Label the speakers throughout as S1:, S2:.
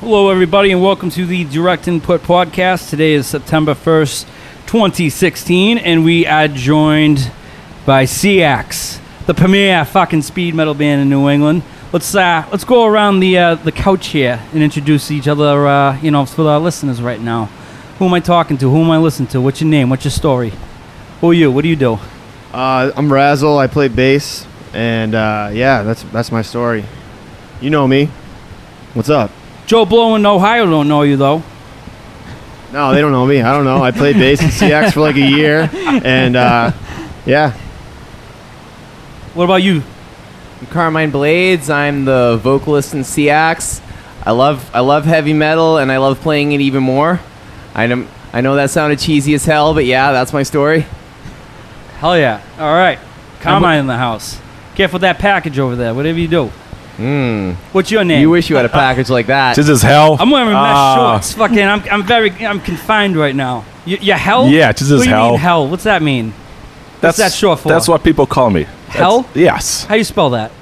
S1: Hello, everybody, and welcome to the Direct Input Podcast. Today is September 1st, 2016, and we are joined by CX, the premier fucking speed metal band in New England. Let's uh, let's go around the uh, the couch here and introduce each other, uh, you know, for our listeners right now. Who am I talking to? Who am I listening to? What's your name? What's your story? Who are you? What do you do?
S2: Uh, I'm Razzle. I play bass, and uh, yeah, that's that's my story. You know me. What's up?
S1: Joe Blow in Ohio don't know you though.
S2: No, they don't know me. I don't know. I played bass in CX for like a year, and uh, yeah,
S1: What about you?
S3: I'm Carmine Blades. I'm the vocalist in CX. I love I love heavy metal and I love playing it even more. I know, I know that sounded cheesy as hell, but yeah, that's my story.
S1: Hell yeah! All right, Carmine in the house. Careful with that package over there. Whatever you do.
S4: Hmm.
S1: What's your name?
S3: You wish you had a package like that.
S4: Just as hell.
S1: I'm wearing mesh
S4: Ah.
S1: shorts. Fucking, I'm, I'm very, I'm confined right now. Y- you hell?
S4: Yeah, just as
S1: what do you
S4: hell.
S1: mean hell? What's that mean?
S4: That's
S1: that short for?
S4: That's what people call me. That's-
S1: Hell?
S4: yes.
S1: How do you spell that?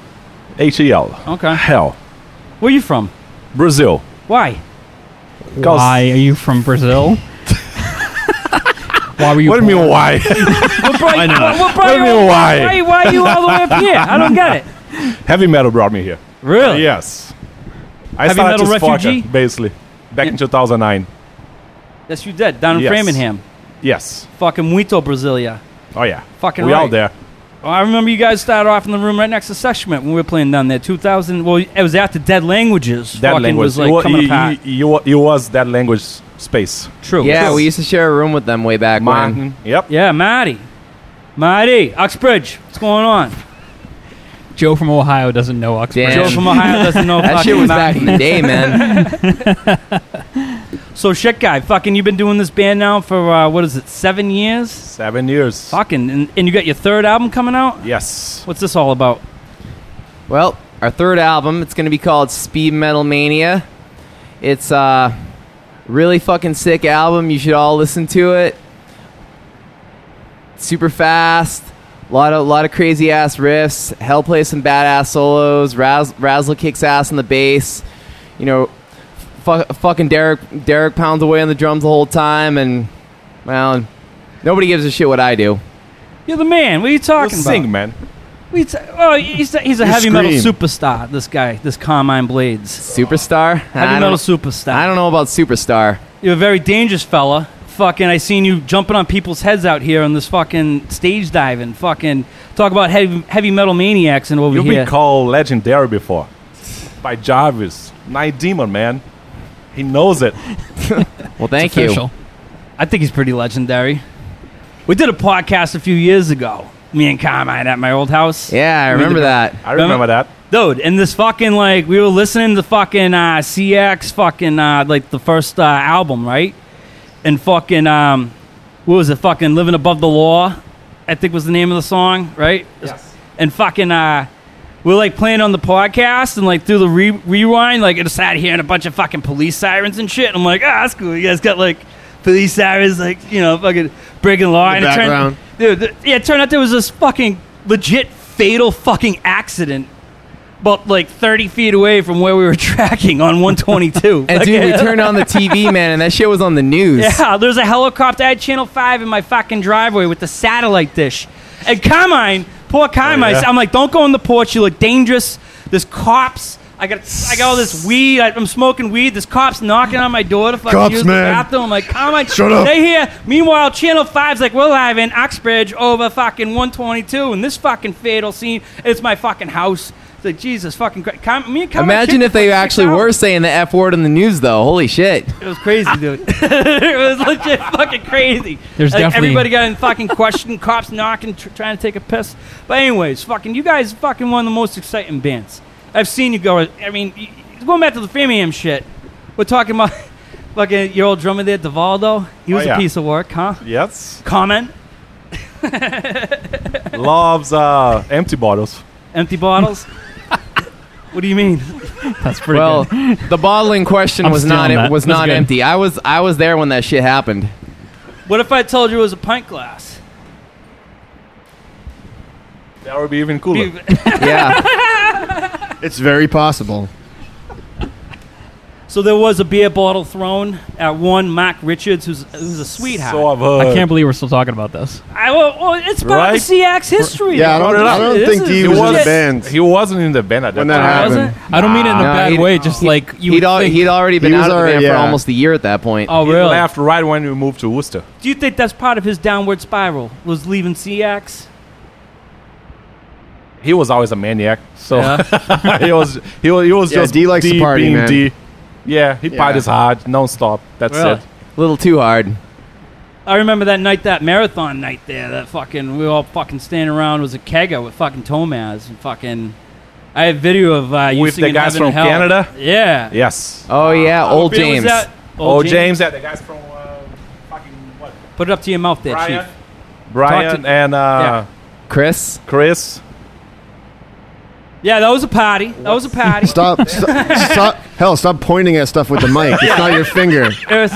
S4: H E L.
S1: Okay.
S4: Hell.
S1: Where you from?
S4: Brazil.
S1: Why?
S4: 'Cause-
S5: Why are you from Brazil? why were you?
S4: What do you mean? Why?
S1: What brought, why
S2: not?
S1: What, brought
S4: What do
S1: you
S4: you mean,
S1: why?
S4: why?
S1: why? Why are you all the way up here? I don't get it.
S4: Heavy metal brought me here.
S1: Really?
S4: Yes. I
S1: Heavy
S4: started
S1: metal
S4: as Forker,
S1: refugee?
S4: basically, back in 2009.
S1: Yes, you did. Down in
S4: Yes.
S1: Framingham.
S4: Yes.
S1: Fucking Muito, Brasilia.
S4: Oh yeah.
S1: Fucking
S4: we
S1: right.
S4: all there.
S1: Oh, I remember you guys started off in the room right next to Seshment when we were playing down there. 2000. Well, it was after Dead Languages.
S4: That
S1: fucking
S4: language.
S1: was like
S4: you, wa-
S1: coming
S4: you,
S1: apart.
S4: you- you wa- you was that language space.
S1: True.
S3: yeah,
S1: True.
S3: we used to share a room with them way back when.
S4: Martin. Yep.
S1: Yeah, Marty. Marty, Oxbridge. What's going on?
S5: Joe from Ohio doesn't know Oxford.
S3: Damn.
S1: Joe
S3: And-
S1: from Ohio doesn't know
S3: That
S1: fucking
S3: shit was
S1: Mac.
S3: back in the day, man.
S1: So shit, guy, fucking, you've been doing this band now for uh, what is it, seven years?
S4: Seven years.
S1: Fucking, and, and you got your third album coming out.
S4: Yes.
S1: What's this all about?
S3: Well, our third album, it's going to be called Speed Metal Mania. It's a really fucking sick album. You should all listen to it. Super fast, lot of lot of crazy ass riffs. Hell plays some badass solos. Razz, Razzle kicks ass on the bass. You know, fu- fucking Derek Derek pounds away on the drums the whole time, and well, nobody gives a shit what I do.
S1: You're the man. What are you
S4: You
S1: talking
S4: sing,
S1: about?
S4: man.
S1: We ta- oh, he's a, he's a
S2: You
S1: heavy metal
S2: scream.
S1: superstar. This guy, this Carmine Blades,
S3: Superstar.
S1: heavy
S3: I
S1: metal
S3: don't,
S1: superstar.
S3: I don't know about superstar.
S1: You're a very dangerous fella. Fucking, I seen you jumping on people's heads out here on this fucking stage diving. Fucking, talk about heavy, heavy metal maniacs and over
S4: You've
S1: here.
S4: been called legendary before by Jarvis, Night Demon, man. He knows it.
S3: Well, thank you.
S1: I think he's pretty legendary. We did a podcast a few years ago, me and Carmine at my old house.
S3: Yeah, I
S1: mean,
S3: remember
S1: the-
S3: that.
S4: I remember that.
S1: Dude, and this fucking, like, we were listening to fucking uh, CX, fucking, uh, like, the first uh, album, right? And fucking, um, what was it? Fucking Living Above the Law, I think was the name of the song, right? Yes. And fucking, uh, we we're like playing on the podcast and like through the re- rewind, like it sat here and a bunch of fucking police sirens and shit. And I'm like, ah, that's cool. You guys got like police sirens, like you know, fucking breaking law.
S2: In
S1: and
S2: the
S1: it
S2: background.
S1: turned, dude, th- yeah, it turned out there was this fucking legit fatal fucking accident. But like 30 feet away from where we were tracking on 122.
S3: And
S1: Like,
S3: dude, we turned on the TV, man, and that shit was on the news.
S1: yeah, there's a helicopter. I had Channel 5 in my fucking driveway with the satellite dish. And Carmine, poor Carmine,
S4: Oh, yeah.
S1: I'm like, don't go on the porch. You look dangerous. There's cops. I got, I got all this weed. I, I'm smoking weed. There's cops knocking on my door to fucking
S2: Cops,
S1: use
S2: man.
S1: the bathroom. I'm like, Carmine,
S2: Shut up.
S1: They here. Meanwhile, Channel 5's like, we're live in Oxbridge over fucking 122 and this fucking fatal scene. It's my fucking house. It's like, Jesus fucking Christ. Carm-
S5: Oh,
S1: me and Carmine
S3: Imagine
S1: kicked
S3: if they
S1: it for six
S3: actually
S1: hours.
S3: were saying the F word in the news, though. Holy shit.
S1: It was crazy, dude. it was legit fucking crazy.
S5: There's
S1: like,
S5: definitely-
S1: everybody got in fucking question, cops knocking, tr- trying to take a piss. But anyways, fucking you guys, fucking one of the most exciting bands I've seen you go. I mean, y- y- going back to the Framingham shit, we're talking about fucking your old drummer there, Divaldo. He
S4: Oh,
S1: was
S4: yeah.
S1: a piece of work, huh?
S4: Yes.
S1: Comment,
S4: Loves uh, empty bottles.
S1: empty bottles. what do you mean?
S5: That's pretty
S3: well,
S5: well,
S3: the bottle in question
S5: I'm
S3: was not
S5: stealing
S3: em-
S5: that.
S3: was
S5: That's
S3: not
S5: good.
S3: empty. I was I was there when that shit happened.
S1: What if I told you it was a pint glass?
S4: That would be even cooler.
S3: Yeah,
S2: It's very possible.
S1: So there was a beer bottle thrown at one Mac Richards, who's who's a sweetheart.
S4: So I've heard.
S5: I can't believe we're still talking about this.
S1: I, well, well, it's part
S4: Right?
S1: of the CX history.
S2: Yeah, I don't-
S1: though.
S4: I
S2: don't
S1: This
S2: think
S1: is
S2: he
S4: He
S2: was in the
S1: legit.
S4: was-
S2: band.
S4: He wasn't in the band at that
S2: When that
S4: time.
S1: I
S2: happened.
S1: wasn't.
S5: I don't mean it in a
S3: No,
S5: bad
S3: he'd-
S5: way. Just like you
S3: He'd,
S5: would
S3: al-
S5: think.
S3: he'd already been
S2: He was
S3: out of the
S2: already-
S3: band for
S2: yeah.
S3: almost a year at that point.
S1: Oh,
S4: He
S1: really?
S4: left right when we moved to Worcester.
S1: Do you think that's part of his downward spiral? Was leaving CX?
S4: He was always a maniac, so
S1: Yeah.
S4: he was he was he was
S2: Yeah,
S4: just
S2: D likes to
S4: D
S2: party,
S4: being
S2: man.
S4: D. Yeah, he
S2: Yeah.
S4: parties hard, nonstop. That's
S1: Really?
S4: it.
S3: A little too hard.
S1: I remember that night, that marathon night there. That fucking we were all fucking standing around. It was a kegger with fucking Tomaz and fucking. I have video of uh, you
S4: With the
S1: singing
S4: guys
S1: Heaven and
S4: from
S1: Hell.
S4: Canada?
S1: Yeah.
S4: Yes.
S5: Uh,
S3: Oh yeah,
S1: What
S3: old
S1: beer was
S3: James.
S1: that?
S4: Oh, James, that the guys from uh, fucking what?
S1: Put it up to your mouth there,
S4: Brian,
S1: Chief. Talk
S4: Brian,
S1: to-
S4: and uh,
S3: Chris.
S4: Chris.
S1: Yeah, that was a party. That was a party.
S2: Stop, stop, stop! Hell, stop pointing at stuff with the mic. It's not your finger.
S1: It was-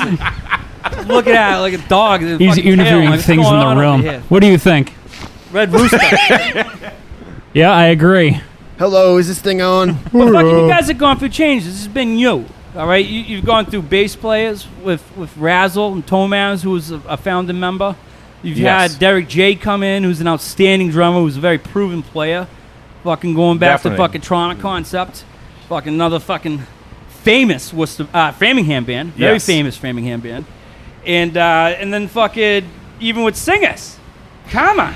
S1: look at that, like a dog. with a
S5: He's
S1: fucking tail.
S5: interviewing
S1: Like, what's
S5: things in
S1: going
S5: the
S1: on over
S5: room.
S1: here?
S5: What do you think?
S1: Red Rooster.
S5: Yeah, I agree.
S2: Hello, is this thing on?
S1: But fucking, you guys have gone through changes. This has been you. All right, you, you've gone through bass players with with Razzle and Tomaz, who was a, a founding member. You've
S4: Yes.
S1: had Derek J come in, who's an outstanding drummer, who's a very proven player. Fucking going back
S4: Definitely.
S1: to fucking Toronto Concept, fucking another fucking famous Worcester, uh, Framingham band, very
S4: Yes.
S1: famous Framingham band, and uh, and then fucking even with singers, Carmine.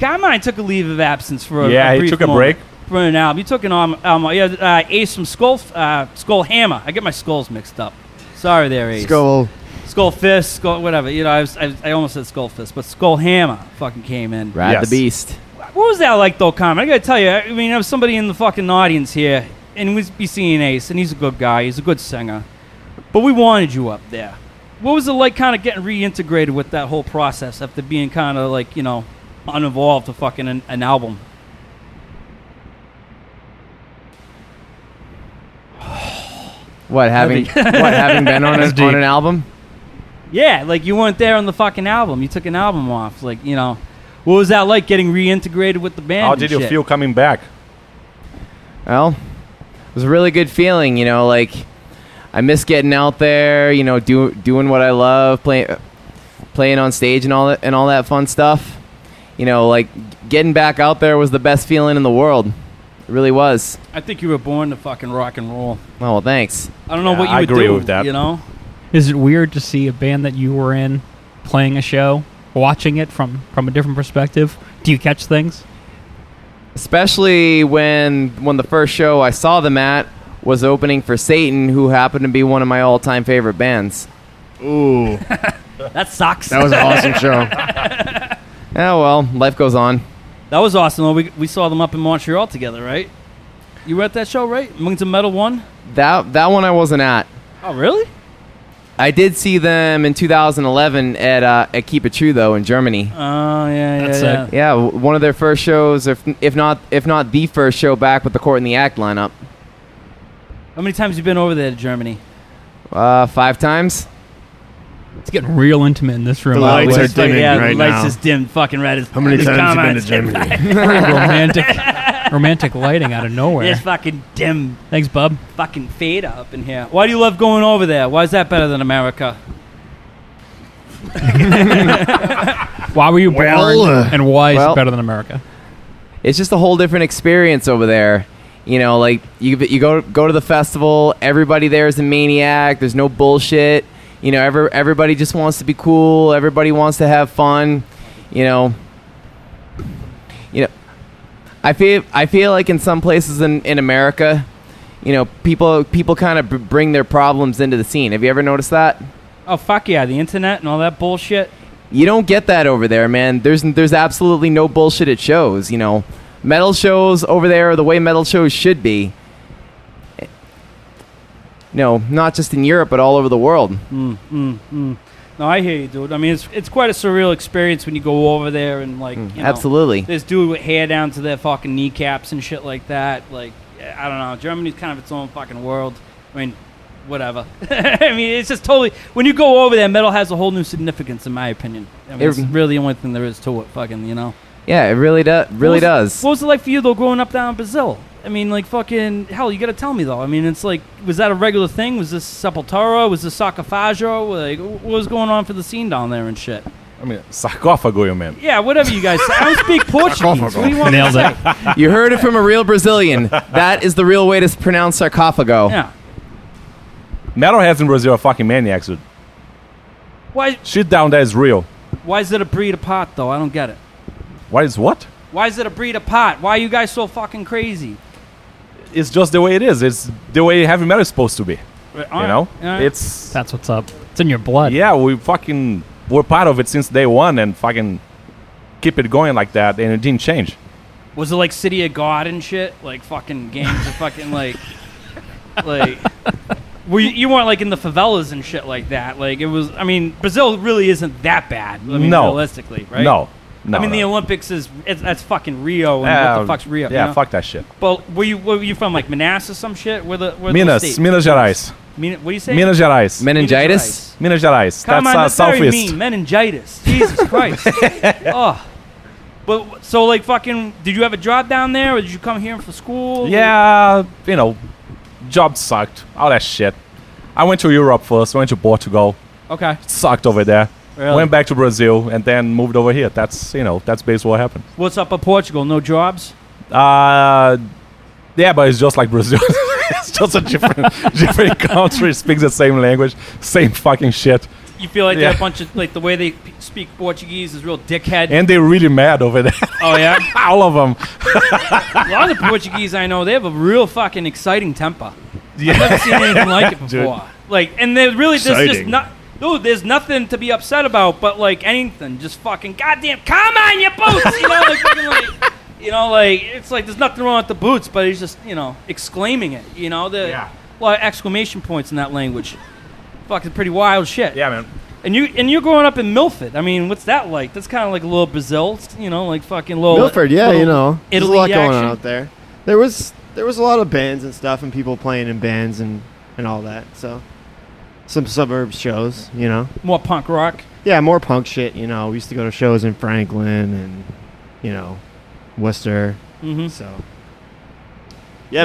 S1: Carmine took a leave of absence for a a,
S4: Yeah, he
S1: brief
S4: took a
S1: moment
S4: break.
S1: for an album. He took an album. album yeah, uh, Ace from Skull, uh, Skull Hammer. I get my skulls mixed up. Sorry, there, Ace.
S2: Skull.
S1: Skull Fist, Skull, whatever. You know, I, was, I, was- I almost said Skull Fist, but Skull Hammer fucking came in.
S3: Rad
S4: Yes.
S3: the Beast.
S1: What was that like, though, Carmen? I gotta tell you, I mean, I have somebody in the fucking audience here, and we'd be seeing Ace, and he's a good guy, he's a good singer, but we wanted you up there. What was it like, kind of getting reintegrated with that whole process after being kind of like, you know, uninvolved to fucking an, an album?
S3: What having what having been on, a,
S5: That's
S3: on
S5: deep.
S3: an album?
S1: Yeah, like you weren't there on the fucking album. You took an album off. Like, you know, what was that like getting reintegrated with the band?
S4: How
S1: and
S4: did you
S1: shit?
S4: feel coming back?
S3: Well, it was a really good feeling, you know, like I miss getting out there, you know, do, doing what I love, playing playing on stage and all that and all that fun stuff. You know, like getting back out there was the best feeling in the world. It really was.
S1: I think you were born to fucking rock and roll.
S3: Oh, well, thanks.
S1: I don't know
S4: Yeah,
S1: what you
S4: I
S1: would
S4: agree
S1: do
S4: with that.
S1: You know,
S5: Is it weird to see a band that you were in playing a show, watching it from from a different perspective? Do you catch things?
S3: Especially when when the first show I saw them at was opening for Satan, who happened to be one of my all-time favorite bands.
S2: Ooh,
S1: that sucks.
S2: that was an awesome show.
S3: Oh well, life goes on.
S1: That was awesome. though. We we saw them up in Montreal together, right? You were at that show, right? Mountain Metal One.
S3: That that one I wasn't at.
S1: Oh, really?
S3: I did see them in 2011 at uh, at Keep It True though in Germany.
S1: Oh, yeah,
S5: That's
S1: yeah,
S5: sick.
S1: yeah.
S3: Yeah, w- one of their first shows, if if not if not the first show back with the Court in the Act lineup.
S1: How many times you been over there to Germany?
S3: Uh, five times.
S5: It's getting real intimate in this
S2: The
S5: room. by
S2: lights
S5: way.
S2: are dimming
S1: yeah,
S2: right
S1: the lights
S2: now.
S1: just dimmed, fucking red as
S2: How many
S1: as
S2: times
S1: comments.
S2: have you been to Germany?
S5: romantic, romantic lighting out of nowhere.
S1: It's fucking dim,
S5: Thanks, bub.
S1: fucking fade up in here. Why do you love going over there? Why is that better than America?
S5: Why were you born?
S2: Well, uh,
S5: and why is
S3: well-
S5: it better than America?
S3: It's just a whole different experience over there. You know, like you you go go to the festival. Everybody there is a maniac. There's no bullshit. You know, ever everybody just wants to be cool. Everybody wants to have fun. You know, you know. I feel I feel like in some places in, in America, you know, people people kind of b- bring their problems into the scene. Have you ever noticed that?
S1: Oh fuck yeah, the internet and all that bullshit.
S3: you don't get that over there, man. There's there's absolutely no bullshit at shows. You know, metal shows over there are the way metal shows should be. No, not just in Europe, but all over the world.
S1: Mm, mm, mm. No, I hear you, dude. I mean, it's it's quite a surreal experience when you go over there and like
S3: Mm,
S1: you know,
S3: Absolutely.
S1: This dude with hair down to their fucking kneecaps and shit like that. Like I don't know, Germany's kind of its own fucking world. I mean, whatever. I mean, it's just totally. When you go over there, metal has a whole new significance, in my opinion. I mean,
S3: It-
S1: it's really the only thing there is to it. Fucking, you know.
S3: Yeah, it really does. Really
S1: What was-
S3: does.
S1: What was it like for you though, growing up down in Brazil? I mean, like fucking hell. You gotta tell me though. I mean, it's like, was that a regular thing? Was this Sepultura? Was this Sacafajo? Like, wh- what was going on for the scene down there and shit?
S4: I mean, sarcophago, you man.
S1: Yeah, whatever you guys. say. I don't speak Portuguese. what do you want? me to
S5: Nailed it.
S3: You heard it from a real Brazilian. That is the real way to s- pronounce sarcophago.
S1: Yeah.
S4: Metalheads in Brazil are fucking maniacs, dude.
S1: Why?
S4: Shit down there is real.
S1: Why is it a breed apart though? I don't get it.
S4: Why is what?
S1: Why is it a breed apart? Why are you guys so fucking crazy?
S4: It's just the way it is. It's the way heavy metal is supposed to be. You know? It's
S5: That's what's up. It's in your blood.
S4: yeah, we fucking were part of it since day one and fucking keep it going like that and it didn't change.
S1: Was it like City of God and shit? Like fucking games of fucking like, like, were you, you weren't like in the favelas and shit like that? Like it was. I mean, Brazil really isn't that bad. I mean,
S4: No.
S1: realistically, right?
S4: No. No.
S1: I mean,
S4: no.
S1: the Olympics is it's, that's fucking Rio, and what
S4: Yeah,
S1: the fuck's Rio?
S4: Yeah,
S1: you know?
S4: fuck that shit.
S1: But were you were you from like Manassas or some shit? Where the where
S4: Minas,
S1: the state?
S4: Minas Gerais.
S1: Min- what do you say?
S4: Minas Gerais.
S3: Meningitis?
S4: Minas Gerais.
S1: Come on,
S4: That's
S1: that's
S4: uh,
S1: very
S4: southeast.
S1: mean. Meningitis. Jesus Christ. oh. But so like fucking, did you have a job down there, or did you come here for school?
S4: Yeah, you know, job sucked. All that shit. I went to Europe first. Went to Portugal.
S1: Okay.
S4: Sucked over there.
S1: Really?
S4: Went back to Brazil and then moved over here. That's you know that's basically what happened.
S1: What's up with Portugal? No jobs?
S4: Uh, yeah, but it's just like Brazil. it's just a different different country. Speaks the same language, same fucking shit,
S1: You feel like
S4: Yeah.
S1: they're a bunch of like the way they p- speak Portuguese is real dickhead.
S4: and they're really mad over there.
S1: oh yeah,
S4: All of them.
S1: a lot of the Portuguese I know they have a real fucking exciting temper.
S4: Yeah.
S1: I've never seen anything like it
S4: Dude.
S1: before. Like, and there's really there's just
S2: Exciting.
S1: not. Dude, there's nothing to be upset about, but like anything, just fucking goddamn, come on, your boots, you know, like, fucking, like, you know, like it's like there's nothing wrong with the boots, but he's just you know exclaiming it, you know, the
S4: Yeah.
S1: a lot of exclamation points in that language, fucking pretty wild shit.
S4: Yeah, man.
S1: And you and you're growing up in Milford. I mean, what's that like? That's kind of like a little Brazil, you know, like fucking little
S2: Milford, yeah,
S1: little
S2: you know, there's a
S1: Italy
S2: lot going on
S1: action.
S2: out there. There was there was a lot of bands and stuff, and people playing in bands and and all that. So some suburb shows, you know.
S1: more punk rock.
S2: Yeah, more punk shit. You know, we used to go to shows in Franklin and you know Worcester.
S1: hmm
S2: So yeah,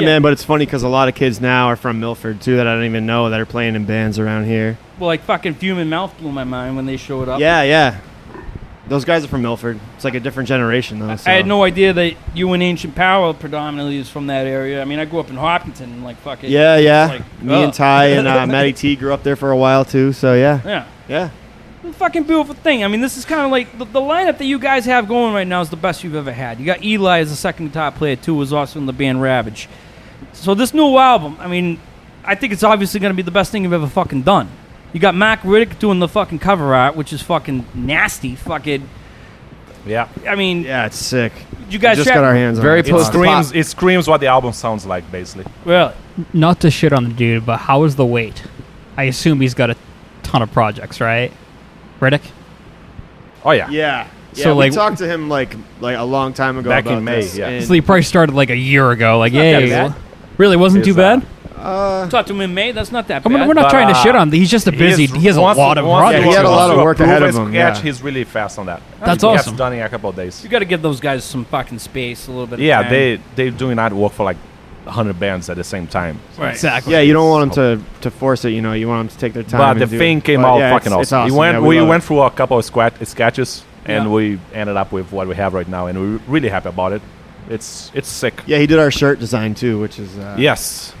S1: Yeah.
S2: man. But it's funny because a lot of kids now are from Milford too that I don't even know that are playing in bands around here.
S1: Well, like fucking Fume and Mouth blew my mind when they showed up.
S2: Yeah, yeah. Those guys are from Milford. It's like a different generation though. So.
S1: I had no idea that you and Ancient Power predominantly is from that area. I mean, I grew up in Hopkinton, and like fucking
S2: Yeah, yeah.
S1: like,
S2: Me
S1: ugh.
S2: and Ty and uh, Matty T grew up there for a while too. So yeah,
S1: yeah.
S2: yeah.
S1: It's a Fucking beautiful thing. I mean, this is kind of like the, the lineup that you guys have going right now is the best you've ever had. You got Eli as the second guitar player too, was also in the band Ravage. So this new album, I mean, I think it's obviously going to be the best thing you've ever fucking done. You got Mac Riddick doing the fucking cover art, which is fucking nasty. Fucking,
S4: Yeah,
S1: I mean,
S2: Yeah, it's sick.
S1: you guys
S2: We just
S1: tra-
S2: got our hands
S3: Very
S2: on it.
S4: it
S3: Post-pop.
S4: screams. It screams what the album sounds like, basically.
S1: really.
S5: Not to shit on the dude, but how is the weight? I assume he's got a ton of projects, right? Riddick?
S4: Oh yeah.
S2: Yeah. Yeah,
S5: So,
S2: we
S5: like-
S2: talked to him like like a long time ago.
S4: Back in
S2: about
S4: May,
S2: this,
S4: yeah.
S2: and,
S5: So he probably started like a year ago. Like,
S4: that
S5: hey,
S4: bad.
S5: really wasn't
S4: It's,
S5: too
S4: uh,
S5: bad.
S2: uh,
S1: Talked to him in May. That's not that
S5: I
S1: bad.
S5: mean, we're not
S4: But,
S5: trying to
S4: uh,
S5: shit on. He's just a busy. He has a
S4: wants to-
S5: lot of
S4: wants to-
S5: projects.
S2: Yeah, he had a
S4: wants
S2: lot of
S4: to
S2: work
S4: approve
S2: ahead of
S4: his
S2: him,
S4: sketch.
S2: yeah.
S4: He's really fast on that.
S5: That's
S4: He
S5: awesome.
S4: Gets done in a couple of days.
S1: You got to give those guys some fucking space, a little bit. of
S4: Yeah,
S1: time.
S4: they they doing artwork for like hundred bands at the same time.
S1: right.
S5: Exactly.
S2: yeah, you don't want him to, to force it. You know, you want him to take their time.
S4: But the
S2: and do
S4: thing
S2: it.
S4: came
S2: But
S4: out
S2: yeah,
S4: fucking
S2: it's- it's
S4: awesome.
S2: awesome.
S4: We went
S2: Yeah,
S4: we,
S2: love
S4: went
S2: it.
S4: through a couple of squat sketches and
S1: Yeah.
S4: we ended up with what we have right now, and we're really happy about it. It's it's sick.
S2: Yeah, he did our shirt design too, which is uh,
S4: Yes.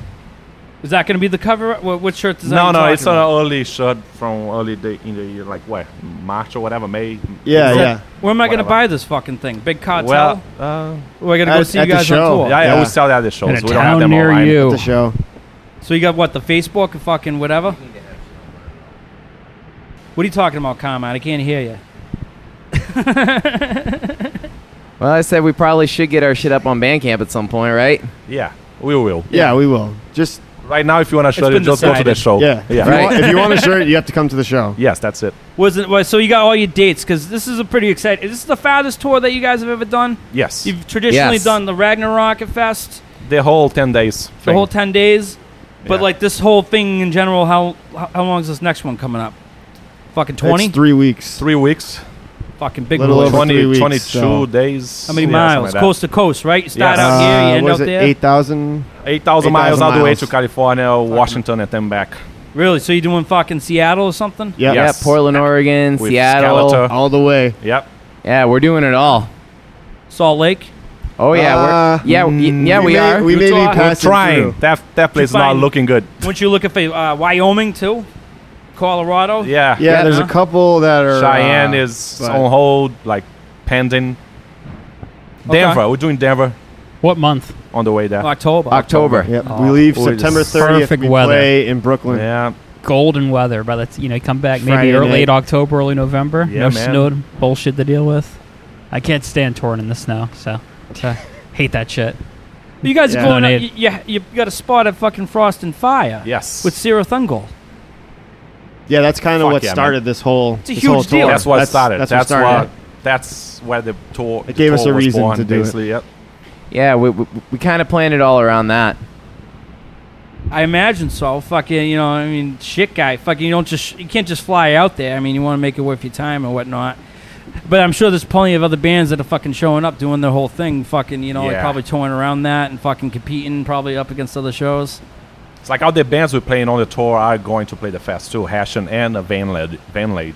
S1: Is that going to be the cover? What, what shirt design?
S4: no,
S1: you
S4: no,
S1: talking
S4: it's an
S1: about?
S4: early shirt from early day in the year, like what March or whatever, May.
S2: Yeah,
S4: April.
S2: yeah.
S1: Where am I going to
S4: whatever.
S1: buy this fucking thing? Big cartel.
S4: Well, uh,
S1: Or I got to go
S2: at-
S1: see
S2: at
S1: you
S2: the
S1: guys on
S2: show.
S1: tour.
S4: yeah, yeah,
S2: Yeah.
S4: we sell that at the shows.
S5: In a
S4: we don't have
S5: town
S4: them
S5: near
S4: online.
S5: you.
S2: The show.
S1: So you got what? The Facebook and fucking whatever. What are you talking about, Carmine? I can't hear you.
S3: Well, I said we probably should get our shit up on Bandcamp at some point, right?
S4: Yeah, we will.
S2: Yeah, we will. Just
S4: Right now, if you want to shirt,
S1: been
S4: it, just go to the
S1: decided.
S4: show.
S2: yeah, If
S4: Oh. yeah.
S2: you,
S3: Right.
S2: want, if you want a shirt, you have to come to the show.
S4: Yes, that's it.
S1: Wasn't well, so you got all your dates because this is a pretty exciting. Is this the farthest tour that you guys have ever done?
S4: Yes.
S1: You've traditionally
S3: Yes.
S1: done the Ragnarok at Fest,
S4: the whole 10 days.
S1: the whole ten days, but
S4: Yeah.
S1: like this whole thing in general. How how, how long is this next one coming up? Fucking
S2: It's
S1: twenty.
S2: three weeks.
S4: Three weeks.
S1: Fucking big
S2: Little
S1: boys.
S2: over
S4: Twenty,
S2: three
S4: twenty-two
S2: weeks, so-
S4: days.
S1: How many
S4: yeah,
S1: miles?
S4: something like
S1: coast to coast, right? You start
S4: Yes.
S1: out here, you end
S2: Uh, what
S1: up
S2: is it,
S1: there.
S2: 8,000?
S4: that. 8,000 miles, all the way
S2: miles.
S4: to California, Washington, and then back.
S1: Really? So you doing fucking Seattle or something?
S2: Yep.
S4: Yeah.
S3: Yeah,
S4: Yes.
S3: Portland, Oregon,
S4: With
S3: Seattle.
S4: Skeletor.
S2: All the way.
S4: Yep.
S3: Yeah, we're doing it all.
S1: Salt Lake.
S3: Oh
S2: Uh,
S3: yeah, we're, yeah, we-
S2: mm,
S3: yeah, we,
S2: may,
S3: are.
S2: We may be
S1: Utah. We're
S4: We're
S2: passing
S4: trying.
S2: through.
S4: That, that place is not
S1: find-
S4: looking good.
S1: Weren't you looking for uh, Wyoming too? Colorado.
S4: Yeah.
S2: Yeah, there's
S1: huh?
S2: a couple that are.
S4: Cheyenne
S2: uh,
S4: is
S2: but-
S4: on hold, like pending.
S1: Okay.
S4: Denver, we're doing Denver
S5: What month?
S4: on the way there.
S1: October.
S3: October.
S2: Yep.
S5: Oh,
S2: we leave
S4: boy,
S2: September
S4: this
S2: 30th.
S5: perfect
S2: we
S5: weather.
S2: play in Brooklyn.
S4: yeah,
S5: Golden weather. By the t- you know, you come back
S2: Friday
S5: maybe early
S2: night.
S5: late October, early November.
S4: Yeah,
S5: no
S4: man.
S5: snow to- bullshit to deal with. I can't stand touring in the snow, so so hate that shit.
S1: You guys
S2: Yeah.
S1: are going
S5: No
S1: up.
S5: need.
S1: Yeah, you, you got a spot at fucking Frost and Fire.
S4: yes.
S1: With Sarah Thungold.
S2: Yeah, that's kind of
S4: Fuck
S2: what
S4: yeah, man.
S2: started this whole.
S1: It's a
S2: this whole
S1: huge deal.
S2: tour.
S4: that's what started. That's,
S2: That's, what started.
S4: what. That's where the tour.
S2: It
S4: the
S2: gave us
S4: tour
S2: a
S4: was
S2: reason
S4: born,
S2: to do it.
S4: basically, Yep.
S3: Yeah, we, we, we kind of planned it all around that.
S1: I imagine so. Fucking, you know, I mean, shit, guy. Fucking, you don't just, you can't just fly out there. I mean, you want to make it worth your time and whatnot. But I'm sure there's plenty of other bands that are fucking showing up, doing their whole thing. Fucking, you know, like
S4: Yeah.
S1: probably touring around that and fucking competing, probably up against other shows.
S4: It's like all the bands we're playing on the tour are going to play the fest too. Hashin and uh, Van Led. Van Led.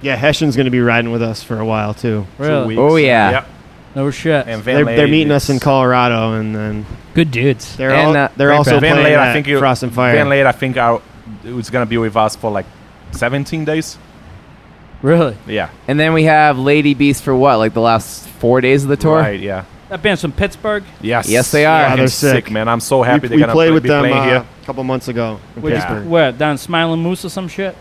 S2: Yeah, Hessian's going to be riding with us for a while too.
S1: Really?
S3: Oh yeah,
S4: Yep.
S1: No shit.
S4: And Van
S2: They're,
S4: Lade
S2: they're meeting us in
S4: is-
S2: Colorado, and then
S5: Good dudes.
S2: they're
S3: And,
S2: all,
S3: uh,
S2: they're
S3: Van
S2: also
S4: Van
S2: playing
S4: Led, I
S2: at
S4: think you-
S2: Frost and Fire.
S4: Van Led, I think, are, it's going to be with us for like 17 days.
S1: really?
S4: Yeah.
S3: and then we have Lady Beast for what, like the last four days of the tour.
S4: Right, yeah.
S1: That band's from Pittsburgh.
S4: Yes.
S3: Yes, they are.
S2: Yeah,
S4: Fucking
S2: they're
S4: sick.
S2: sick.
S4: man. I'm so
S2: we, we
S4: happy they're going
S2: played
S4: to
S2: with
S4: be
S2: them
S4: playing
S2: uh,
S4: here.
S2: a couple months ago. in
S1: Where,
S4: Yeah.
S1: just, where? Down Smiling Moose or some shit?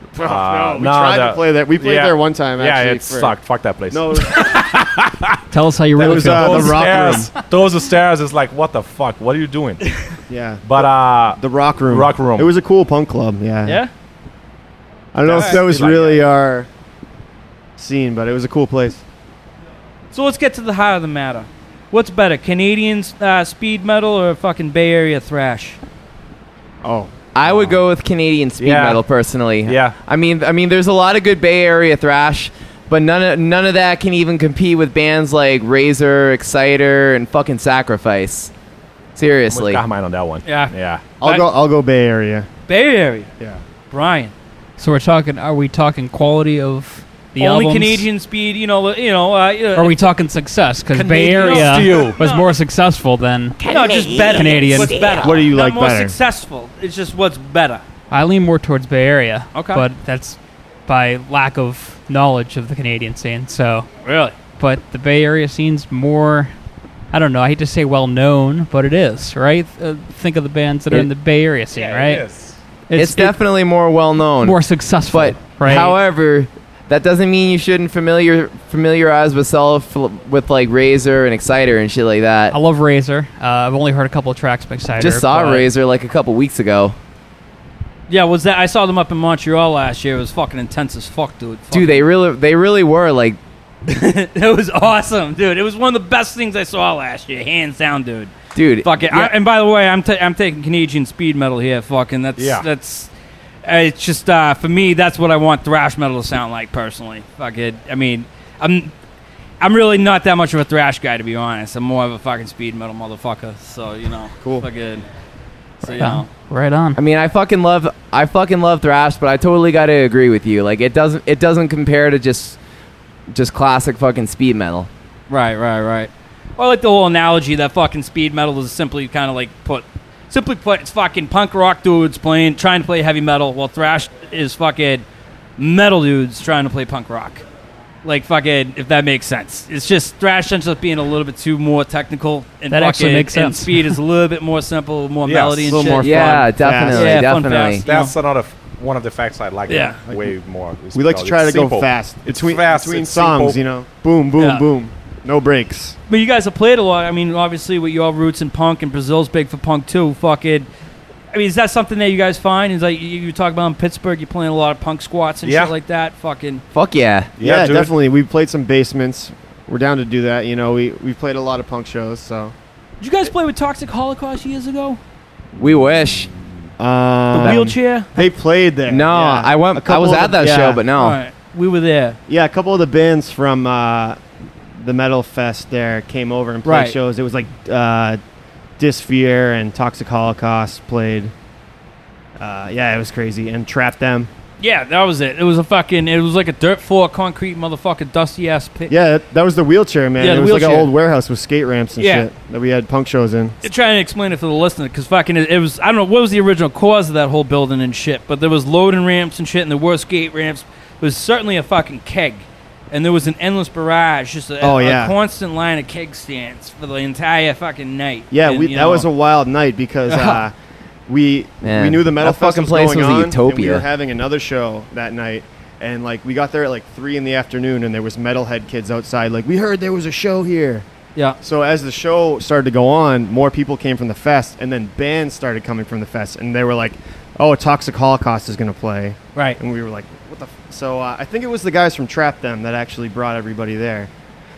S2: Pittsburgh.
S4: Uh,
S2: we
S4: no,
S2: tried
S4: the-
S2: to play there. We played
S4: yeah.
S2: there one time.
S4: Yeah,
S2: Actually,
S4: it
S2: for-
S4: sucked. Fuck that place.
S2: No,
S5: Tell us how you
S2: That
S5: really
S2: was,
S5: feel.
S2: uh, the
S4: those
S2: rock
S4: stairs, those stairs is like what the fuck? What are you doing?
S2: yeah,
S4: But uh,
S2: the Rock Room.
S4: Rock Room.
S2: It was a cool punk club. Yeah.
S1: Yeah?
S2: I don't know if
S4: Yeah.
S2: that was
S4: Like
S2: really our scene, but it was a cool place.
S1: So let's get to the heart of the matter. What's better, Canadian uh, speed metal or fucking Bay Area thrash?
S2: Oh,
S3: I would go with Canadian speed
S4: Yeah.
S3: metal personally.
S4: Yeah.
S3: I mean, I mean, there's a lot of good Bay Area thrash, but none of none of that can even compete with bands like Razor, Exciter, and fucking Sacrifice.
S4: I'm with
S3: Seriously.
S4: Carmine on that one.
S1: Yeah.
S4: yeah.
S2: I'll
S1: But-
S2: go. I'll go Bay Area.
S1: Bay Area.
S2: Yeah.
S1: Brian.
S5: So we're talking. Are we talking quality of the
S1: Only
S5: albums?
S1: Canadian speed, you know, you know. Uh, you know,
S5: Are we talking success? Because Bay
S1: Canadian
S5: Area
S4: steel.
S5: was
S1: No.
S5: more successful than.
S1: no, just better.
S5: Canadian.
S1: What's better?
S2: What do you
S1: Not
S2: like
S1: more
S2: better?
S1: successful. It's just what's better.
S5: I lean more towards Bay Area.
S1: Okay.
S5: But that's by lack of knowledge of the Canadian scene. So,
S1: Really?
S5: but the Bay Area scene's more. I don't know. I hate to say well known, but it is right. Uh, think of the bands that are in the Bay Area scene, right?
S3: it's, definitely more well known.
S5: more successful,
S3: But
S5: right?
S3: however, that doesn't mean you shouldn't familiar familiarize yourself with like Razor and Exciter and shit like that.
S5: I love Razor. Uh, I've only heard a couple of tracks by Cider.
S3: Just saw
S5: but-
S3: Razor like a couple weeks ago.
S1: Yeah, was that? I saw them up in Montreal last year. It was fucking intense as fuck, dude. Fuck.
S3: Dude, they really they really were like
S1: it was awesome, dude. It was one of the best things I saw last year, hands down, dude.
S3: dude.
S1: Fuck it. I,
S3: yeah.
S1: and by the way, I'm ta- I'm taking Canadian speed metal here. Fucking that's
S4: Yeah.
S1: that's. uh, It's just uh, for me. That's what I want thrash metal to sound like personally. Fuck it. I mean, I'm I'm really not that much of a thrash guy to be honest. I'm more of a fucking speed metal motherfucker. So you know,
S2: Cool.
S1: Fuck it. So you
S5: Yeah,
S1: know,
S5: right on.
S3: I mean, I fucking love I fucking love thrash, but I totally got to agree with you. Like it doesn't it doesn't compare to just just classic fucking speed metal.
S1: right, right, right. Well, I like the whole analogy that fucking speed metal is simply kind of like put. Simply put, it's fucking punk rock dudes playing, trying to play heavy metal, while thrash is fucking metal dudes trying to play punk rock. Like fucking, if that makes sense. It's just thrash ends up being a little bit too more technical, and
S5: That actually
S1: fucking-
S5: makes
S1: And
S5: sense.
S1: speed is a little bit more simple, more
S4: Yes.
S1: melody and
S2: A little
S1: shit.
S2: more
S3: Yeah,
S2: fun,
S3: definitely,
S1: fast. Yeah, fun,
S3: definitely.
S1: fast.
S4: That's another f- one of the facts I like
S1: Yeah.
S4: way more. It's
S2: We like to
S4: because
S2: try to
S4: it's simple.
S2: go fast.
S4: It's
S2: between,
S4: fast.
S2: between
S4: it's
S2: songs,
S4: simple.
S2: you know. Boom, boom,
S1: Yeah.
S2: boom. No breaks.
S1: But you guys have played a lot. I mean, obviously, with your roots in punk, and Brazil's big for punk too. Fucking, I mean, is that something that you guys find? Is like you, you talk about in Pittsburgh, you're playing a lot of punk squats and
S4: Yeah.
S1: shit like that. Fucking,
S3: Fuck yeah.
S2: Yeah,
S4: dude.
S2: definitely. We played some basements. We're down to do that. You know, we we played a lot of punk shows. So
S1: did you guys play with Toxic Holocaust years ago?
S3: We wish.
S1: The
S2: um,
S1: wheelchair.
S2: They played there.
S3: No,
S2: yeah.
S3: I
S2: A
S3: went I
S2: couple
S3: was
S2: of
S3: at
S2: the-
S3: that
S2: yeah.
S3: show, but no.
S1: All right. we were there.
S2: Yeah, a couple of the bands from uh, the Metal Fest there came over and played
S1: Right.
S2: shows. It was like uh, Disfear and Toxic Holocaust played. Uh, yeah, it was crazy. And Trap Them.
S1: Yeah, that was it. It was a fucking. It was like a dirt floor, concrete, motherfucking dusty ass pit.
S2: Yeah, that, that was the wheelchair, man.
S1: Yeah,
S2: it
S1: the
S2: was like
S1: wheelchair.
S2: an old warehouse with skate ramps and
S1: Yeah.
S2: shit that we had punk shows in.
S1: You're trying to explain it for the listener because fucking it, it was. I don't know what was the original cause of that whole building and shit, but there was loading ramps and shit, and there were skate ramps. It was certainly a fucking keg, and there was an endless barrage, just a,
S2: Oh,
S1: a
S2: yeah.
S1: constant line of keg stands for the entire fucking night.
S2: Yeah,
S1: And,
S2: we,
S1: you
S2: that
S1: know,
S2: was a wild night because uh, we we
S3: Man,
S2: knew the metal
S3: that
S2: Fest
S3: fucking
S2: was
S3: place
S2: going
S3: was a
S2: on, And we
S3: utopia.
S2: were having another show that night, and like we got there at like three in the afternoon, and there was metalhead kids outside. Like we heard there was a show here.
S1: yeah.
S2: So as the show started to go on, more people came from the fest, and then bands started coming from the fest, and they were like, "Oh, Toxic Holocaust is going to play,"
S1: Right.
S2: and we were like, "What the?" F-? So uh, I think it was the guys from Trap Them that actually brought everybody there.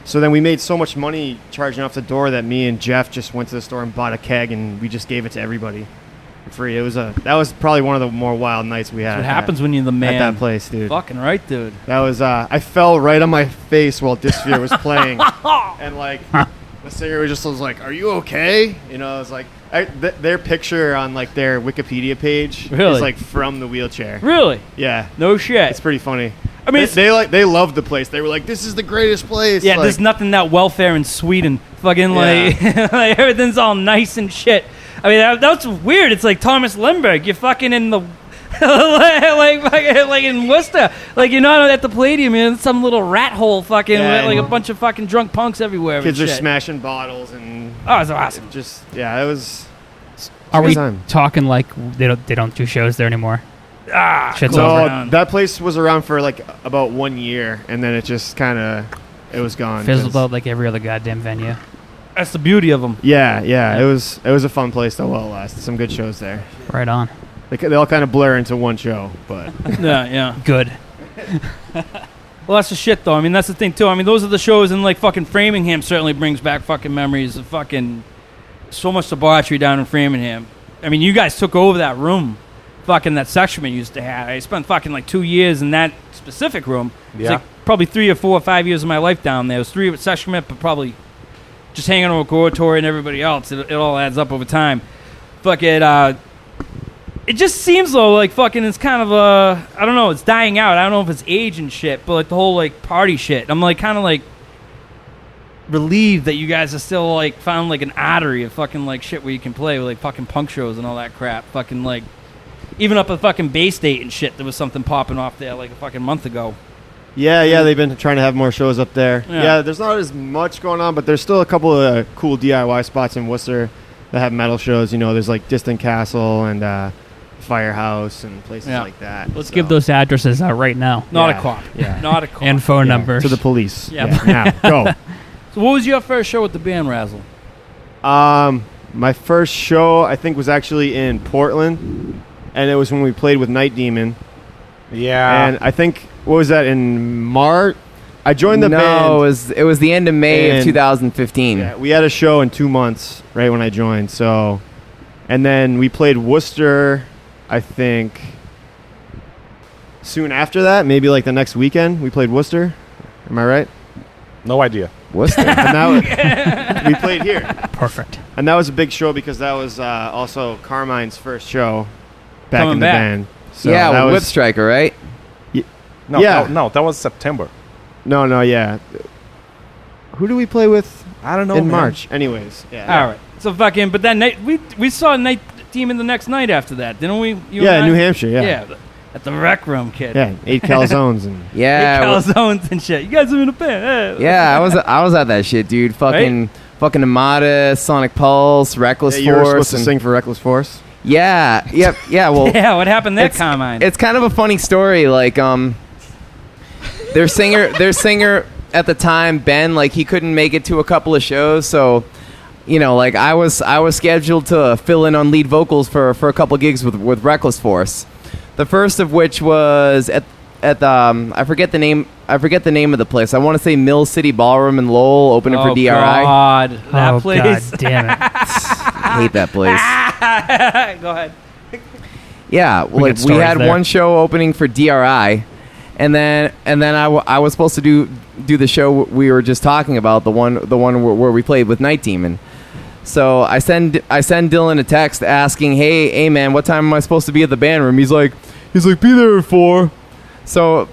S2: So then we made so much money charging off the door that me and Jeff just went to the store and bought a keg, and we just gave it to everybody for free. It was a that was probably one of the more wild nights we had.
S1: That's what
S2: at that-
S1: happens when you're the man.
S2: at that place, dude.
S1: Fucking right, dude.
S2: That was uh, I fell right on my face while Disfear was playing, and like the singer was just was like, "Are you okay?" You know, I was like, I, th- their picture on like their Wikipedia page
S1: Really?
S2: is like from the wheelchair.
S1: Really?
S2: Yeah,
S1: No shit.
S2: it's pretty funny.
S1: I mean,
S2: they,
S1: it's-
S2: they like they loved the place. They were like, "This is the greatest place."
S1: Yeah,
S2: like,
S1: there's nothing that welfare in Sweden. Fucking like, like, everything's all nice and shit. I mean, that, that's weird. It's like Thomas Lindbergh. You're fucking in the like fucking, like in Worcester. Like you're not at the Palladium. You're in some little rat hole. Fucking
S2: Yeah,
S1: with, like
S2: I
S1: a
S2: know.
S1: bunch of fucking drunk punks everywhere.
S2: kids
S1: and
S2: are
S1: shit.
S2: smashing bottles and
S1: Oh, it's awesome.
S2: just yeah, it was.
S5: Are we
S2: Anytime.
S5: talking like they don't they don't do shows there anymore?
S1: Ah,
S5: Shit's
S1: cool.
S5: all
S2: No,
S1: around.
S2: that place was around for like about one year, and then it just kind of it was gone. 'cause-
S5: Fizzled out like every other goddamn venue.
S1: That's the beauty of them.
S2: Yeah, yeah, it was it was a fun place though. Well, last some good shows there.
S5: Right on.
S2: They, ca- they all kind of blur into one show, but
S1: yeah, yeah.
S5: Good.
S1: Well, that's the shit, though. I mean, that's the thing, too. I mean, those are the shows, and like fucking Framingham certainly brings back fucking memories of fucking so much debauchery down in Framingham. I mean, you guys took over that room, fucking that section we used to have. I spent fucking like two years in that specific room. It's
S4: Yeah.
S1: like probably three or four or five years of my life down there. It was three at Sacrament, but probably just hanging out with Goratory and everybody else. It, it all adds up over time. Fucking, uh, it just seems though like fucking it's kind of a I don't know it's dying out. I don't know if it's age and shit, but like the whole like party shit. I'm like kind of like relieved that you guys are still like found like an artery of fucking like shit where you can play with like fucking punk shows and all that crap. Fucking like even up at fucking Bay State and shit, there was something popping off there like a fucking month ago.
S2: yeah, yeah, they've been trying to have more shows up there.
S1: Yeah.
S2: Yeah. there's not as much going on, but there's still a couple of uh, cool DIY spots in Worcester that have metal shows. You know, there's like Distant Castle and uh, Firehouse and places
S1: Yeah.
S2: like that.
S5: Let's
S2: so-
S5: give those addresses out right now
S1: Not a
S2: Yeah,
S1: cop.
S2: yeah.
S1: Not a cop.
S5: and phone
S2: yeah,
S5: numbers.
S2: to the police.
S1: Yeah.
S2: now
S1: so what was your first show with the band Razzle?
S2: go. Um, my first show I think was actually in Portland, and it was when we played with Night Demon.
S4: Yeah.
S2: and I think what was that in March? I joined the
S3: no, it
S2: band.
S3: was it was the end of May
S2: And-
S3: of 2015.
S2: Yeah, we had a show in two months, right when I joined. So, and then we played Worcester, I think. Soon after that, maybe like the next weekend, we played Worcester. Am I right?
S4: no idea.
S3: Worcester.
S2: And that was, we played here,
S5: Perfect.
S2: and that was a big show because that was uh, also Carmine's first show back
S1: Coming
S2: in the
S1: back.
S2: band. So
S3: yeah,
S2: that
S3: with Whip
S2: was
S3: Striker, right?
S4: No,
S2: Yeah.
S4: no, no, that was September.
S2: no, no, yeah. Who do we play with
S4: I don't know.
S2: in
S4: man.
S2: March? Anyways, yeah.
S1: All right. So fucking but that night we we saw Night Demon the next night after that, didn't we? You and
S2: yeah,
S1: I?
S2: New Hampshire. Yeah.
S1: Yeah. th- at the rec room, kid.
S2: Yeah, eight calzones and
S1: Big
S3: Yeah, w-
S1: calzones and shit. You guys are in a eh? band.
S3: yeah. I was I was at that shit, dude. Fucking fucking Amada, Sonic Pulse, Reckless
S2: yeah, you were
S3: Force.
S2: supposed to
S3: and-
S2: sing for Reckless Force.
S3: Yeah, yep, yeah. Well,
S1: Yeah, what happened there,
S3: It's-
S1: Carmine?
S3: it's kind of a funny story. Like, um, their singer, their singer at the time, Ben, like he couldn't make it to a couple of shows, so you know, like I was, I was scheduled to fill in on lead vocals for for a couple gigs with with Reckless Force. The first of which was at at the, um, I forget the name, I forget the name of the place. I want to say Mill City Ballroom in Lowell, opening
S1: oh,
S3: for DRI.
S1: God. That
S5: oh
S1: place.
S5: god damn it.
S3: I hate that place.
S1: Go ahead.
S3: Yeah,
S5: got
S3: like we
S5: stories
S3: had
S5: there.
S3: one show opening for DRI, and then and then I, w- I was supposed to do do the show we were just talking about the one the one where, where we played with Night Demon. So I send I send Dylan a text asking, "Hey, hey man, what time am I supposed to be at the band room?" He's like, he's like, "Be there at 4. So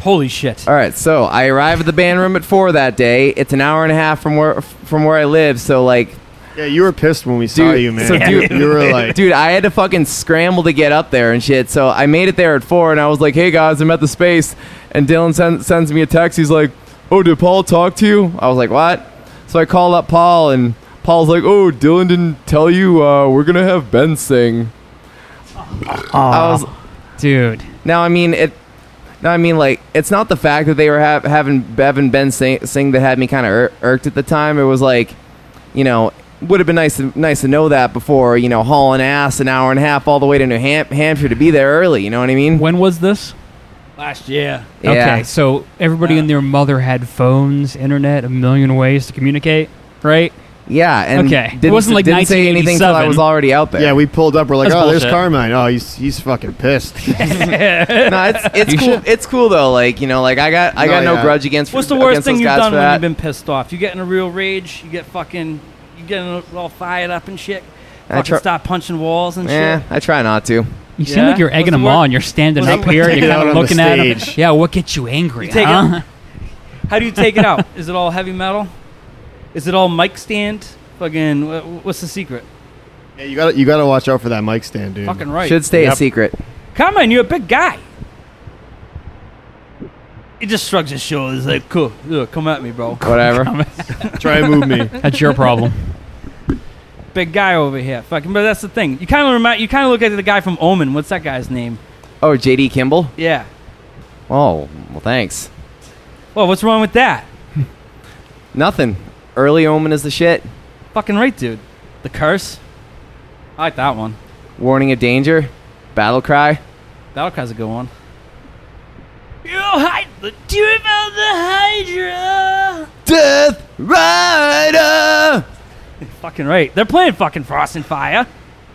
S1: Holy shit.
S3: all right, so I arrive at the band room at four that day. It's an hour and a half from where from where I live. So like,
S2: Yeah, you were pissed when we saw
S3: Dude,
S2: you, man.
S3: so dude-
S2: you were like,
S3: dude, I had to fucking scramble to get up there and shit. So I made it there at four, and I was like, "Hey guys, I'm at the space." And Dylan send, sends me a text. He's like, "Oh, did Paul talk to you?" I was like, "What?" So I call up Paul, and Paul's like, "Oh, Dylan didn't tell you uh, we're gonna have Ben sing." I was
S5: dude.
S3: Now, I mean it. Now, I mean like it's not the fact that they were ha- having Bevan Ben sing, sing that had me kind of ir- irked at the time. It was like, you know, would have been nice to, nice to know that before you know hauling ass an hour and a half all the way to New Ham- Hampshire to be there early. You know what I mean?
S5: When was this?
S1: Last year.
S3: Yeah.
S5: Okay, so everybody and their mother had phones, internet, a million ways to communicate, right?
S3: Yeah, and
S5: Okay. It
S3: didn't,
S5: wasn't like
S3: didn't say anything till I
S5: 1987.
S3: was already out there.
S2: yeah, we pulled up. We're like,
S5: That's
S2: oh,
S5: bullshit.
S2: there's Carmine. Oh, he's he's fucking pissed.
S3: no, it's it's cool. It's cool though. Like you know, like I got I
S2: No,
S3: got no
S2: yeah.
S3: grudge against.
S1: What's the
S3: against
S1: worst thing
S3: those
S1: you've
S3: guys
S1: done
S3: for
S1: when
S3: that.
S1: you've been pissed off? You get in a real rage. You get fucking. You get all fired up and shit.
S3: I
S1: Fucking
S3: try-
S1: start punching walls and
S3: Yeah,
S1: shit.
S3: Eh, I try not to.
S5: You
S1: Yeah.
S5: seem like you're
S1: What's
S5: egging
S1: the
S5: them
S1: word?
S5: on. You're standing
S1: What's
S5: up
S1: the-
S5: here.
S2: Take it
S5: You're
S2: out on
S5: kind of
S2: the
S5: looking at them.
S2: stage.
S5: Yeah, what gets you angry?
S1: You take it-
S5: huh?
S1: How do you take it out? Is it all heavy metal? Is it all mic stand? Fucking. wha- What's the secret?
S2: Yeah, you got to you got to watch out for that mic stand, dude.
S1: Fucking right.
S3: Mm. Should stay a
S4: Yep.
S3: secret.
S1: Come on, you're a big guy. He just shrugs his shoulders like, cool, look, come at me, bro.
S3: Whatever.
S2: Try and move me.
S5: That's your problem.
S1: Big guy over here. Fucking, but that's the thing. You kind of remind, you kind of look at the guy from Omen. What's that guy's name?
S3: Oh, JD Kimball.
S1: Yeah.
S3: Oh, well, thanks.
S1: Well, what's wrong with that?
S3: Nothing. Early Omen is the shit.
S1: Fucking right, dude. The curse. I like that one.
S3: Warning of danger. Battle cry.
S1: Battle cry's a good one. You hide the team of the Hydra.
S3: Death Rider.
S1: Fucking right. They're playing fucking Frost and Fire,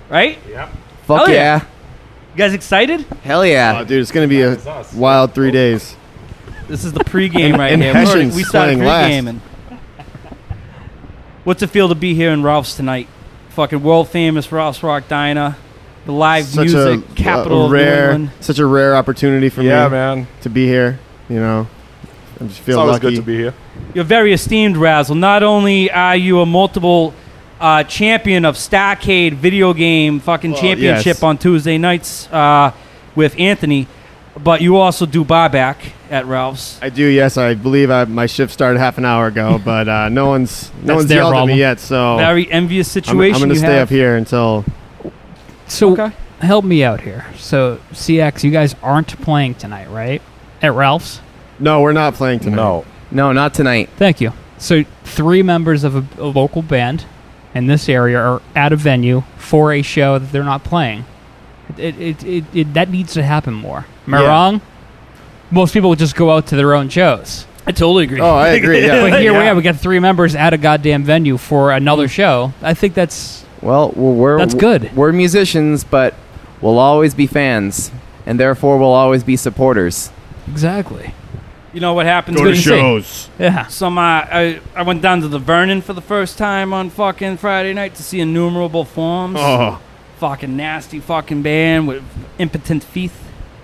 S1: right? You
S3: Fuck
S1: Hell
S3: yeah.
S1: yeah. guys excited?
S3: Hell
S2: Oh,
S3: yeah.
S2: dude, it's gonna be a
S4: That's us.
S2: wild three days.
S1: This is the pregame right
S2: and
S1: here. We're already-
S2: Hessian's
S1: we started
S2: playing last.
S1: pregaming. What's it feel to be here in Ralph's tonight? Fucking world famous Ralph's Rock Diner, the live
S2: Such
S1: music
S2: a
S1: capital
S2: a
S1: of New
S2: rare,
S1: England.
S2: such a rare opportunity for
S4: yeah,
S2: me
S4: man.
S2: to be here. You know, I just
S4: It's
S2: feel
S4: always
S2: lucky.
S4: good to be here.
S1: You're very esteemed, Razzle. Not only are you a multiple uh, champion of Stockade video game fucking
S2: Well,
S1: championship
S2: yes.
S1: on Tuesday nights uh, with Anthony, but you also do buyback at Ralph's.
S2: I do. Yes, I believe I, my shift started half an hour ago, but uh, no one's no
S5: That's
S2: one's
S5: their
S2: yelled at
S5: problem.
S2: me yet. So I'm,
S1: Very envious
S2: Oh. I'm
S1: situation.
S2: going to
S1: you
S2: stay
S1: have.
S2: up here until
S5: So
S1: Okay.
S5: help me out here. So CX, you guys aren't playing tonight, right? At Ralph's.
S2: No, we're not playing tonight.
S4: No.
S3: No, not tonight.
S5: Thank you. So three members of a, a local band in this area are at a venue for a show that they're not playing. It, it, it, it, that needs to happen more. Am I
S2: Yeah.
S5: wrong? Most people would just go out to their own shows.
S1: I totally agree.
S2: Oh, I agree. Yeah,
S5: But here we
S2: Yeah.
S5: are. We got three members at a goddamn venue for another show. I think that's
S3: Well, we're, we're
S5: That's good.
S3: We're musicians, but we'll always be fans, and therefore we'll always be supporters.
S5: exactly.
S1: You know what happens?
S5: Go
S1: when
S5: to
S1: you
S5: show.
S1: say-
S5: shows. Yeah.
S1: Some uh, I I went down to the Vernon for the first time on fucking Friday night to see innumerable forms.
S2: Oh,
S1: Fucking nasty fucking band with impotent feet,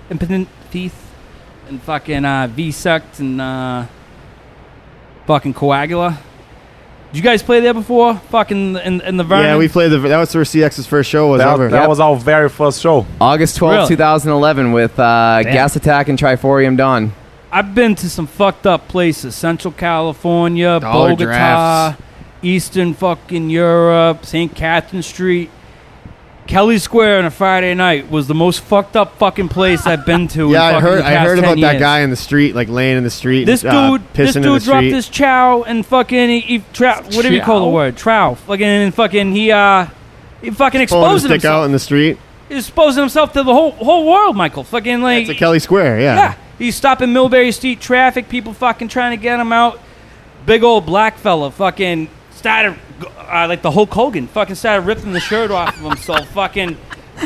S1: impotent teeth, and fucking uh, V sucked and uh, fucking coagula. Did you guys play there before? Fucking in, in the Vernon.
S2: yeah. We played the. That was where CX's first show was
S4: That,
S2: ever.
S4: that was our very first show.
S3: August twelfth,
S1: Really?
S3: two 2011, with uh, Gas Attack and Triforium Dawn.
S1: I've been to some fucked up places: Central California,
S2: Dollar
S1: Bogota,
S2: drafts.
S1: Eastern fucking Europe, St. Catherine Street. Kelly Square on a Friday night was the most fucked up fucking place I've been to. in
S2: yeah, I
S1: fucking
S2: heard.
S1: the
S2: I
S1: past
S2: heard
S1: 10
S2: about that
S1: years.
S2: guy in the street, like laying in the street.
S1: This
S2: and, uh,
S1: dude,
S2: pissing
S1: this
S2: in the
S1: dude dropped
S2: street.
S1: his chow and fucking he, he trow, whatever you call the
S5: Chow?
S1: word, trow. Fucking and fucking he uh he fucking
S2: pulling his
S1: exposing
S2: dick
S1: himself.
S2: out in the street.
S1: He's exposing himself to the whole whole world, Michael. Fucking like
S2: It's a Kelly Square. Yeah.
S1: yeah, he's stopping Millbury Street traffic. People fucking trying to get him out. Big old black fella fucking started uh, like the Hulk Hogan. Fucking started ripping the shirt off of himself. Fucking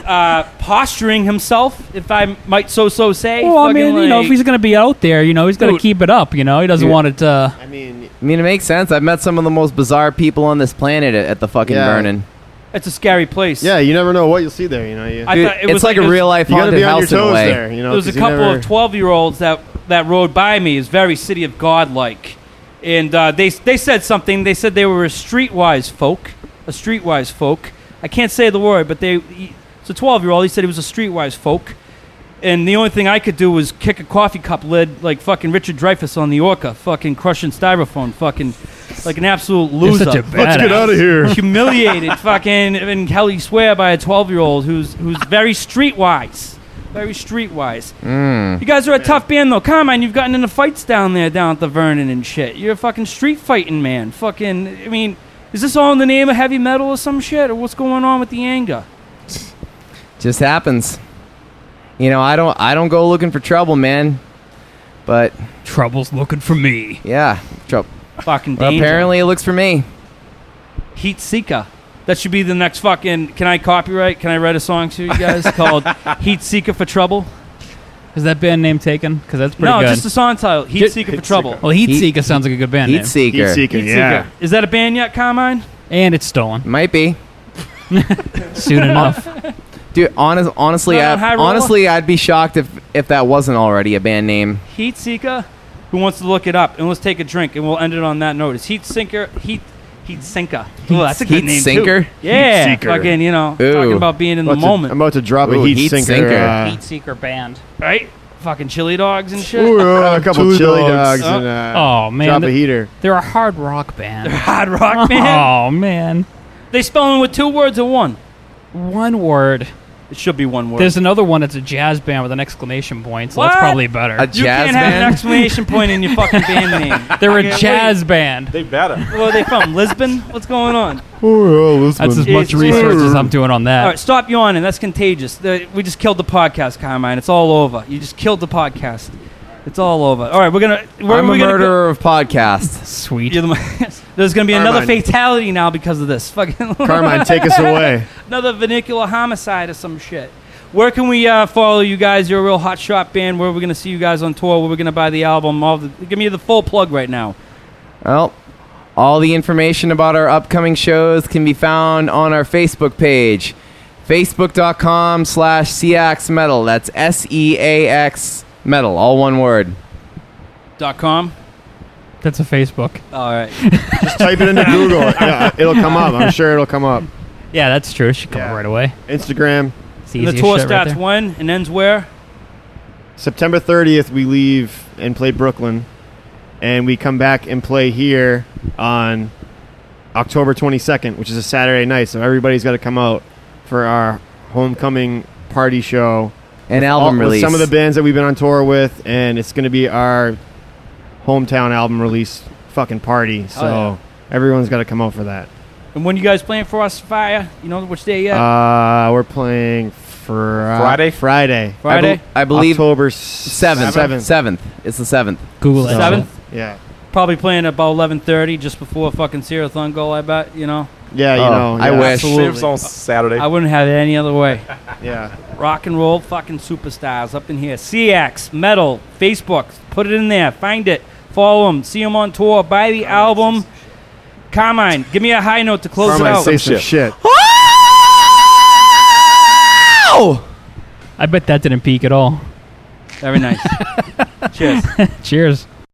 S1: uh, posturing himself, if I might so so say.
S5: Well, I
S1: Fucking,
S5: mean, you know, if
S1: like-
S5: he's gonna be out there, you know, he's gonna
S1: Dude.
S5: keep it up. You know, he doesn't
S3: Yeah.
S5: want it to.
S2: I mean,
S3: I mean, it makes sense. I've met some of the most bizarre people on this planet at, at the fucking
S2: Yeah.
S3: Vernon.
S1: it's a scary place.
S2: yeah, you never know what you'll see there. You know, you,
S1: I
S3: Dude,
S1: thought it
S3: it's
S1: was
S3: like,
S1: it
S3: a
S1: was-
S3: real life
S2: you got to
S3: haunted
S2: be on your
S3: house in a
S2: toes
S3: way.
S2: there. You know,
S1: there was a
S2: 'cause you
S1: couple
S2: never-
S1: of 12 year olds that, that rode by me is very city of god like and uh, they, they said something they said they were a streetwise folk a streetwise folk i can't say the word but they he, it's a 12 year old he said he was a streetwise folk and the only thing i could do was kick a coffee cup lid like fucking richard dreyfuss on the orca fucking crushing styrofoam fucking like an absolute
S5: You're
S1: loser
S5: such a
S2: Let's get
S5: badass.
S2: out of here.
S1: humiliated fucking and Kelly swear by a 12 year old who's who's very streetwise very streetwise
S3: Mm.
S1: you guys are a tough band though Carmine you've gotten into fights down there down at the Vernon and shit you're a fucking street fighting man fucking I mean is this all in the name of heavy metal or some shit or what's going on with the anger
S3: Just happens. You know, I don't. I don't go looking for trouble, man. But
S5: Trouble's looking for me.
S3: yeah, trouble.
S1: fucking
S3: Well,
S1: danger
S3: apparently, it looks for me.
S1: Heat Seeker that should be the next fucking can I copyright can I write a song to you guys called Heat Seeker for Trouble
S5: Is that band name taken? Because that's pretty
S1: no
S5: good.
S1: just a song title Heat
S5: Just-
S1: Seeker for Trouble
S5: well, Heat
S3: Heat-
S5: Seeker sounds like a good band
S3: Heat
S5: name,
S3: seeker.
S2: Heat seeker,
S1: Heat
S2: yeah.
S1: Seeker is that a band yet Carmine
S5: and it's stolen
S3: Might be.
S5: soon enough.
S3: Dude, honest, honestly,
S1: Not on High
S3: I,
S1: Roller?
S3: honestly, I'd be shocked if if that wasn't already a band name.
S1: Heat Seeker, who wants to look it up, and let's take a drink, and we'll end it on that note. It's Heat Sinker, Heat Heat Sinker. Ooh, that's a good
S3: Heat
S1: name
S3: Sinker?
S1: too. Yeah,
S2: Heat Seeker.
S1: fucking you know,
S3: Ooh.
S1: talking about being in the
S2: About to-
S1: moment,
S2: I'm about to drop
S3: Ooh,
S2: a heat,
S3: heat
S2: sinker.
S3: sinker.
S2: uh,
S5: Seeker band.
S1: right? Fucking chili dogs and shit.
S2: ooh, uh, a couple
S4: Two
S2: chili
S4: dogs.
S2: dogs, and uh,
S5: Oh man,
S2: drop a heater.
S5: they're a hard rock band.
S1: Hard rock man.
S5: oh man,
S1: They spell them with two words or one.
S5: one word.
S1: It should be one word.
S5: There's another one that's a jazz band with an exclamation point, so
S1: What?
S5: that's probably better.
S3: A
S1: you
S3: jazz
S1: can't have an
S3: band?
S1: exclamation point in your fucking band name.
S5: They're
S1: Okay,
S5: a jazz band.
S4: They better.
S1: Where are they from? Lisbon? What's going on?
S2: Ooh, uh,
S5: That's as
S1: Lisbon.
S5: much
S1: It's-
S5: research as I'm doing on
S1: All
S5: that.
S1: right, stop yawning. That's contagious. The- we just killed the podcast, Carmine. It's all over. You just killed the podcast. It's all over. All right, we're gonna. Where
S3: I'm
S1: are
S3: a
S1: we gonna go-
S3: murderer of podcasts.
S5: Sweet.
S1: You're the mo- There's going to be another
S2: Carmine.
S1: fatality now because of this. Fucking
S2: Carmine, take us away.
S1: another vernacular homicide or some shit. Where can we uh, follow you guys? You're a real hot shot band. Where are we going to see you guys on tour? Where are we going to buy the album? All the, give me the full plug right now.
S3: Well, all the information about our upcoming shows can be found on our Facebook page, facebook.com slash CX Metal. That's S E A X Metal, all one word.
S1: Dot com.
S5: That's a Facebook.
S1: All right.
S2: Just type it into Google. Yeah, it'll come up. I'm sure it'll come up.
S5: Yeah, that's true. It should come
S2: Yeah.
S5: right away.
S2: Instagram.
S5: It's
S1: And the
S5: easiest
S1: tour
S5: shit right
S1: starts
S5: there.
S1: when and ends where?
S2: September 30th, we leave and play Brooklyn, and we come back and play here on October 22nd, which is a Saturday night. So everybody's got to come out for our homecoming party show.
S3: An
S2: All-
S3: album
S2: with
S3: release.
S2: Some of the bands that we've been on tour with, and it's going to be our hometown album release fucking party. So
S1: yeah.
S2: everyone's got to come out for that.
S1: And when you guys playing for us? Fire. You know which day yet?
S2: Uh, we're playing fr-
S4: Friday?
S2: Friday.
S3: I,
S1: Friday.
S3: bel- I believe
S2: October
S3: 7th.
S2: 7th.
S3: 7th. It's the 7th.
S5: Google it.
S1: Seventh.
S2: Yeah.
S1: Probably playing about eleven thirty, just before fucking Sierra Thun goal. I bet. You know.
S2: Yeah, you
S3: Oh,
S2: know.
S3: I
S2: yeah.
S3: wish.
S4: Ships on Saturday.
S1: I wouldn't have it any other way.
S2: Yeah.
S1: rock and roll fucking superstars up in here. CX, metal, Facebook, put it in there. Find it. Follow them. See them on tour. Buy the album. Carmine, give me a high note to close
S2: Carmine,
S1: it
S2: say
S1: out.
S2: some
S4: Shit.
S2: shit.
S5: I bet that didn't peak at all.
S1: Very nice. Cheers.
S5: Cheers.